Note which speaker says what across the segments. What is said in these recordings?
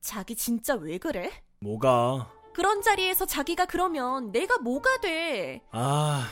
Speaker 1: 자기 진짜 왜 그래?
Speaker 2: 뭐가?
Speaker 1: 그런 자리에서 자기가 그러면 내가 뭐가 돼?
Speaker 2: 아,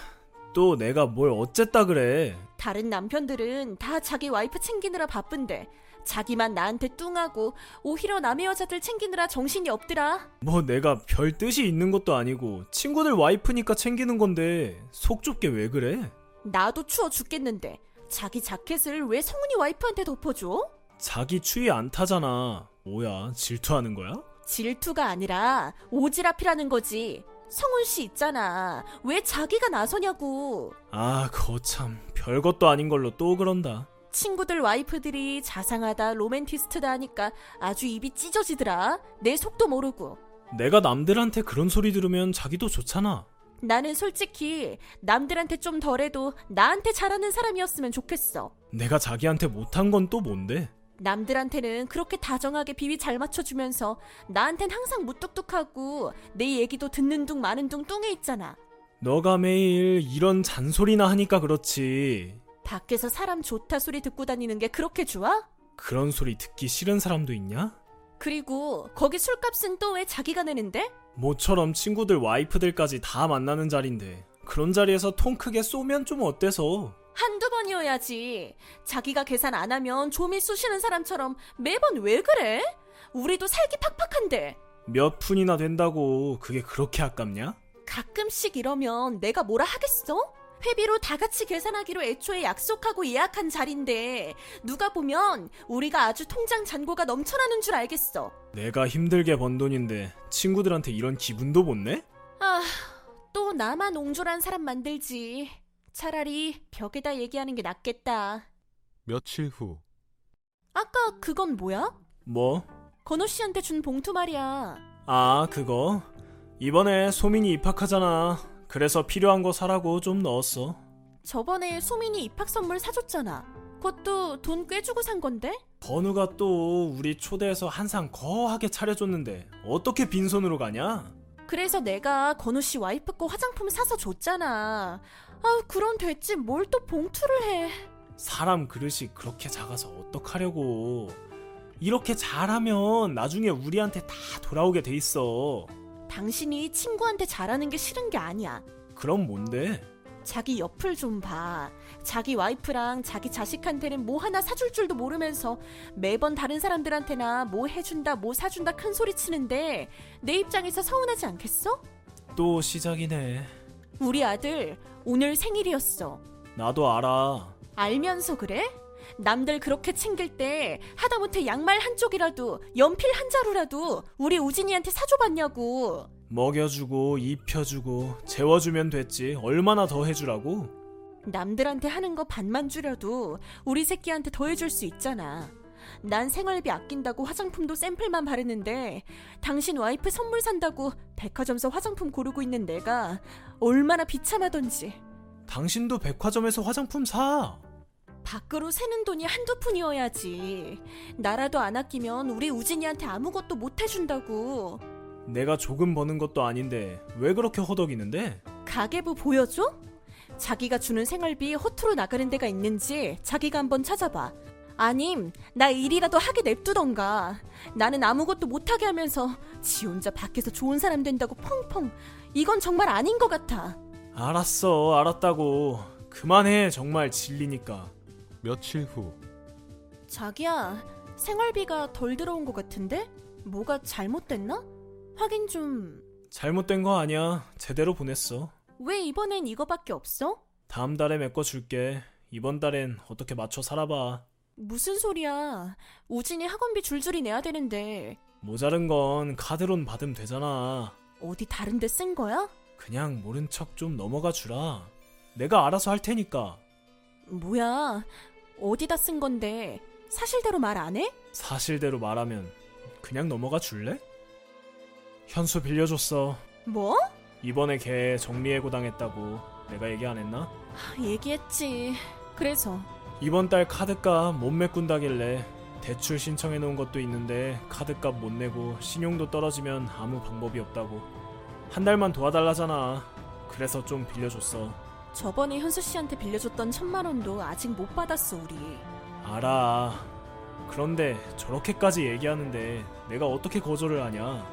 Speaker 2: 또 내가 뭘 어쨌다 그래.
Speaker 1: 다른 남편들은 다 자기 와이프 챙기느라 바쁜데 자기만 나한테 뚱하고 오히려 남의 여자들 챙기느라 정신이 없더라.
Speaker 2: 뭐 내가 별 뜻이 있는 것도 아니고 친구들 와이프니까 챙기는 건데 속 좁게 왜 그래?
Speaker 1: 나도 추워 죽겠는데 자기 자켓을 왜 성훈이 와이프한테 덮어줘?
Speaker 2: 자기 추위 안 타잖아. 뭐야, 질투하는 거야?
Speaker 1: 질투가 아니라 오지랖이라는 거지. 성훈 씨 있잖아. 왜 자기가 나서냐고.
Speaker 2: 아, 거참. 별것도 아닌 걸로 또 그런다.
Speaker 1: 친구들 와이프들이 자상하다 로맨티스트다 하니까 아주 입이 찢어지더라. 내 속도 모르고.
Speaker 2: 내가 남들한테 그런 소리 들으면 자기도 좋잖아.
Speaker 1: 나는 솔직히 남들한테 좀 덜해도 나한테 잘하는 사람이었으면 좋겠어.
Speaker 2: 내가 자기한테 못한 건 또 뭔데?
Speaker 1: 남들한테는 그렇게 다정하게 비위 잘 맞춰주면서 나한텐 항상 무뚝뚝하고 내 얘기도 듣는 둥 마는 둥 뚱해 있잖아.
Speaker 2: 너가 매일 이런 잔소리나 하니까 그렇지.
Speaker 1: 밖에서 사람 좋다 소리 듣고 다니는 게 그렇게 좋아?
Speaker 2: 그런 소리 듣기 싫은 사람도 있냐?
Speaker 1: 그리고 거기 술값은 또 왜 자기가 내는데?
Speaker 2: 모처럼 친구들 와이프들까지 다 만나는 자리인데 그런 자리에서 통 크게 쏘면 좀 어때서?
Speaker 1: 한두 번이어야지. 자기가 계산 안 하면 조미 쑤시는 사람처럼 매번 왜 그래? 우리도 살기 팍팍한데.
Speaker 2: 몇 푼이나 된다고 그게 그렇게 아깝냐?
Speaker 1: 가끔씩 이러면 내가 뭐라 하겠어? 회비로 다 같이 계산하기로 애초에 약속하고 예약한 자리인데 누가 보면 우리가 아주 통장 잔고가 넘쳐나는 줄 알겠어.
Speaker 2: 내가 힘들게 번 돈인데 친구들한테 이런 기분도 못 내?
Speaker 1: 아, 또 나만 옹졸한 사람 만들지. 차라리 벽에다 얘기하는 게 낫겠다.
Speaker 3: 며칠 후
Speaker 1: 아까 그건 뭐야?
Speaker 2: 뭐?
Speaker 1: 건우 씨한테 준 봉투 말이야.
Speaker 2: 아 그거? 이번에 소민이 입학하잖아 그래서 필요한 거 사라고 좀 넣었어
Speaker 1: 저번에 소민이 입학 선물 사줬잖아. 그것도 돈 꽤 주고 산 건데?
Speaker 2: 건우가 또 우리 초대해서 한상 거하게 차려줬는데 어떻게 빈손으로 가냐?
Speaker 1: 그래서 내가 건우 씨 와이프 거 화장품 사서 줬잖아. 아, 그럼 됐지. 뭘 또 봉투를 해.
Speaker 2: 사람 그릇이 그렇게 작아서 어떡하려고. 이렇게 잘하면 나중에 우리한테 다 돌아오게 돼 있어.
Speaker 1: 당신이 친구한테 잘하는 게 싫은 게 아니야.
Speaker 2: 그럼 뭔데?
Speaker 1: 자기 옆을 좀 봐. 자기 와이프랑 자기 자식한테는 뭐 하나 사줄 줄도 모르면서 매번 다른 사람들한테나 뭐 해준다, 뭐 사준다 큰 소리 치는데 내 입장에서 서운하지 않겠어?
Speaker 2: 또 시작이네.
Speaker 1: 우리 아들 오늘 생일이었어.
Speaker 2: 나도 알아.
Speaker 1: 알면서 그래? 남들 그렇게 챙길 때 하다못해 양말 한쪽이라도 연필 한 자루라도 우리 우진이한테 사줘봤냐고.
Speaker 2: 먹여주고, 입혀주고, 재워주면 됐지. 얼마나 더 해주라고?
Speaker 1: 남들한테 하는 거 반만 줄여도 우리 새끼한테 더해줄 수 있잖아. 난 생활비 아낀다고 화장품도 샘플만 바르는데 당신 와이프 선물 산다고 백화점에서 화장품 고르고 있는 내가 얼마나 비참하던지.
Speaker 2: 당신도 백화점에서 화장품 사.
Speaker 1: 밖으로 새는 돈이 한두 푼이어야지. 나라도 안 아끼면 우리 우진이한테 아무것도 못 해준다고.
Speaker 2: 내가 조금 버는 것도 아닌데 왜 그렇게 허덕이는데?
Speaker 1: 가계부 보여줘? 자기가 주는 생활비 허투루 나가는 데가 있는지 자기가 한번 찾아봐. 아님, 나 일이라도 하게 냅두던가. 나는 아무것도 못하게 하면서 지 혼자 밖에서 좋은 사람 된다고 펑펑. 이건 정말 아닌 것 같아.
Speaker 2: 알았어, 알았다고. 그만해, 정말 질리니까.
Speaker 3: 며칠 후
Speaker 1: 자기야, 생활비가 덜 들어온 것 같은데? 뭐가 잘못됐나? 확인 좀.
Speaker 2: 잘못된 거 아니야. 제대로 보냈어.
Speaker 1: 왜 이번엔 이거밖에 없어?
Speaker 2: 다음 달에 메꿔줄게. 이번 달엔 어떻게 맞춰 살아봐.
Speaker 1: 무슨 소리야. 우진이 학원비 줄줄이 내야 되는데
Speaker 2: 모자른 건 카드론 받으면 되잖아.
Speaker 1: 어디 다른 데 쓴 거야?
Speaker 2: 그냥 모른 척 좀 넘어가 주라. 내가 알아서 할 테니까.
Speaker 1: 뭐야, 어디다 쓴 건데 사실대로 말 안 해?
Speaker 2: 사실대로 말하면 그냥 넘어가 줄래? 현수 빌려줬어.
Speaker 1: 뭐?
Speaker 2: 이번에 걔 정리해고 당했다고 내가 얘기 안 했나?
Speaker 1: 얘기했지. 그래서
Speaker 2: 이번 달 카드값 못 메꾼다길래 대출 신청해 놓은 것도 있는데 카드값 못 내고 신용도 떨어지면 아무 방법이 없다고 한 달만 도와달라잖아 그래서 좀 빌려줬어
Speaker 1: 저번에 현수 씨한테 빌려줬던 천만 원도 아직 못 받았어, 우리.
Speaker 2: 알아 그런데 저렇게까지 얘기하는데 내가 어떻게 거절을 하냐?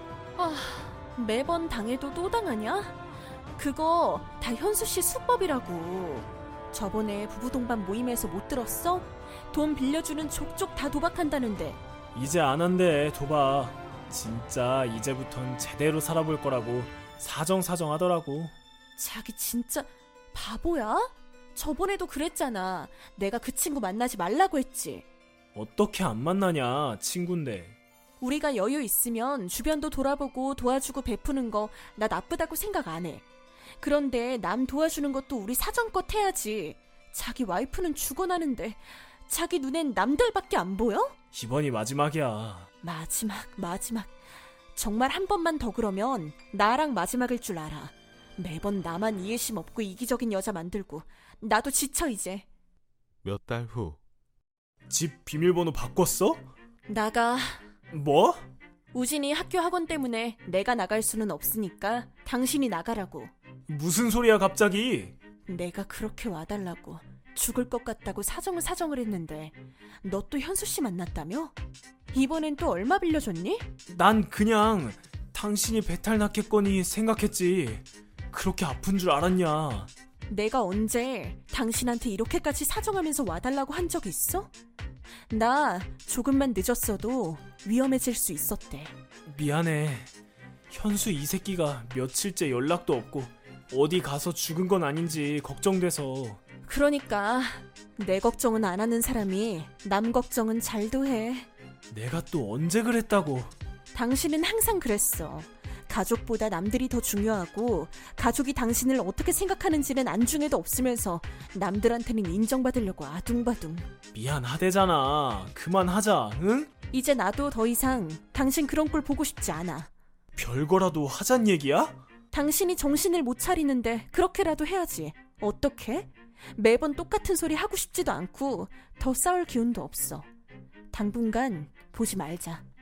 Speaker 1: 매번 당해도 또 당하냐? 그거 다 현수 씨 수법이라고. 저번에 부부 동반 모임에서 못 들었어? 돈 빌려주는 족족 다 도박한다는데.
Speaker 2: 이제 안 한대 도박 진짜 이제부턴 제대로 살아볼 거라고 사정사정 하더라고
Speaker 1: 자기 진짜 바보야? 저번에도 그랬잖아. 내가 그 친구 만나지 말라고 했지.
Speaker 2: 어떻게 안 만나냐 친군데
Speaker 1: 우리가 여유 있으면 주변도 돌아보고 도와주고 베푸는 거 나 나쁘다고 생각 안 해. 그런데 남 도와주는 것도 우리 사정껏 해야지. 자기 와이프는 죽어나는데 자기 눈엔 남들밖에 안 보여?
Speaker 2: 이번이 마지막이야
Speaker 1: 마지막, 마지막. 정말 한 번만 더 그러면 나랑 마지막일 줄 알아. 매번 나만 이해심 없고 이기적인 여자 만들고 나도 지쳐 이제.
Speaker 3: 몇 달 후,
Speaker 2: 집 비밀번호 바꿨어?
Speaker 1: 나가.
Speaker 2: 뭐?
Speaker 1: 우진이 학교 학원 때문에 내가 나갈 수는 없으니까 당신이 나가라고.
Speaker 2: 무슨 소리야 갑자기
Speaker 1: 내가 그렇게 와달라고 죽을 것 같다고 사정을 사정을 했는데 너 또 현수 씨 만났다며? 이번엔 또 얼마 빌려줬니?
Speaker 2: 난 그냥 당신이 배탈 났겠거니 생각했지 그렇게 아픈 줄 알았냐
Speaker 1: 내가 언제 당신한테 이렇게까지 사정하면서 와달라고 한 적 있어? 나 조금만 늦었어도 위험해질 수 있었대.
Speaker 2: 미안해 현수 이 새끼가 며칠째 연락도 없고 어디 가서 죽은 건 아닌지 걱정돼서
Speaker 1: 그러니까 내 걱정은 안 하는 사람이 남 걱정은 잘도 해.
Speaker 2: 내가 또 언제 그랬다고
Speaker 1: 당신은 항상 그랬어. 가족보다 남들이 더 중요하고 가족이 당신을 어떻게 생각하는지는 안중에도 없으면서 남들한테는 인정받으려고 아둥바둥.
Speaker 2: 미안하대잖아 그만하자 응?
Speaker 1: 이제 나도 더 이상 당신 그런 꼴 보고 싶지 않아.
Speaker 2: 별거라도 하잔 얘기야?
Speaker 1: 당신이 정신을 못 차리는데 그렇게라도 해야지. 어떻게? 매번 똑같은 소리 하고 싶지도 않고 더 싸울 기운도 없어. 당분간 보지 말자.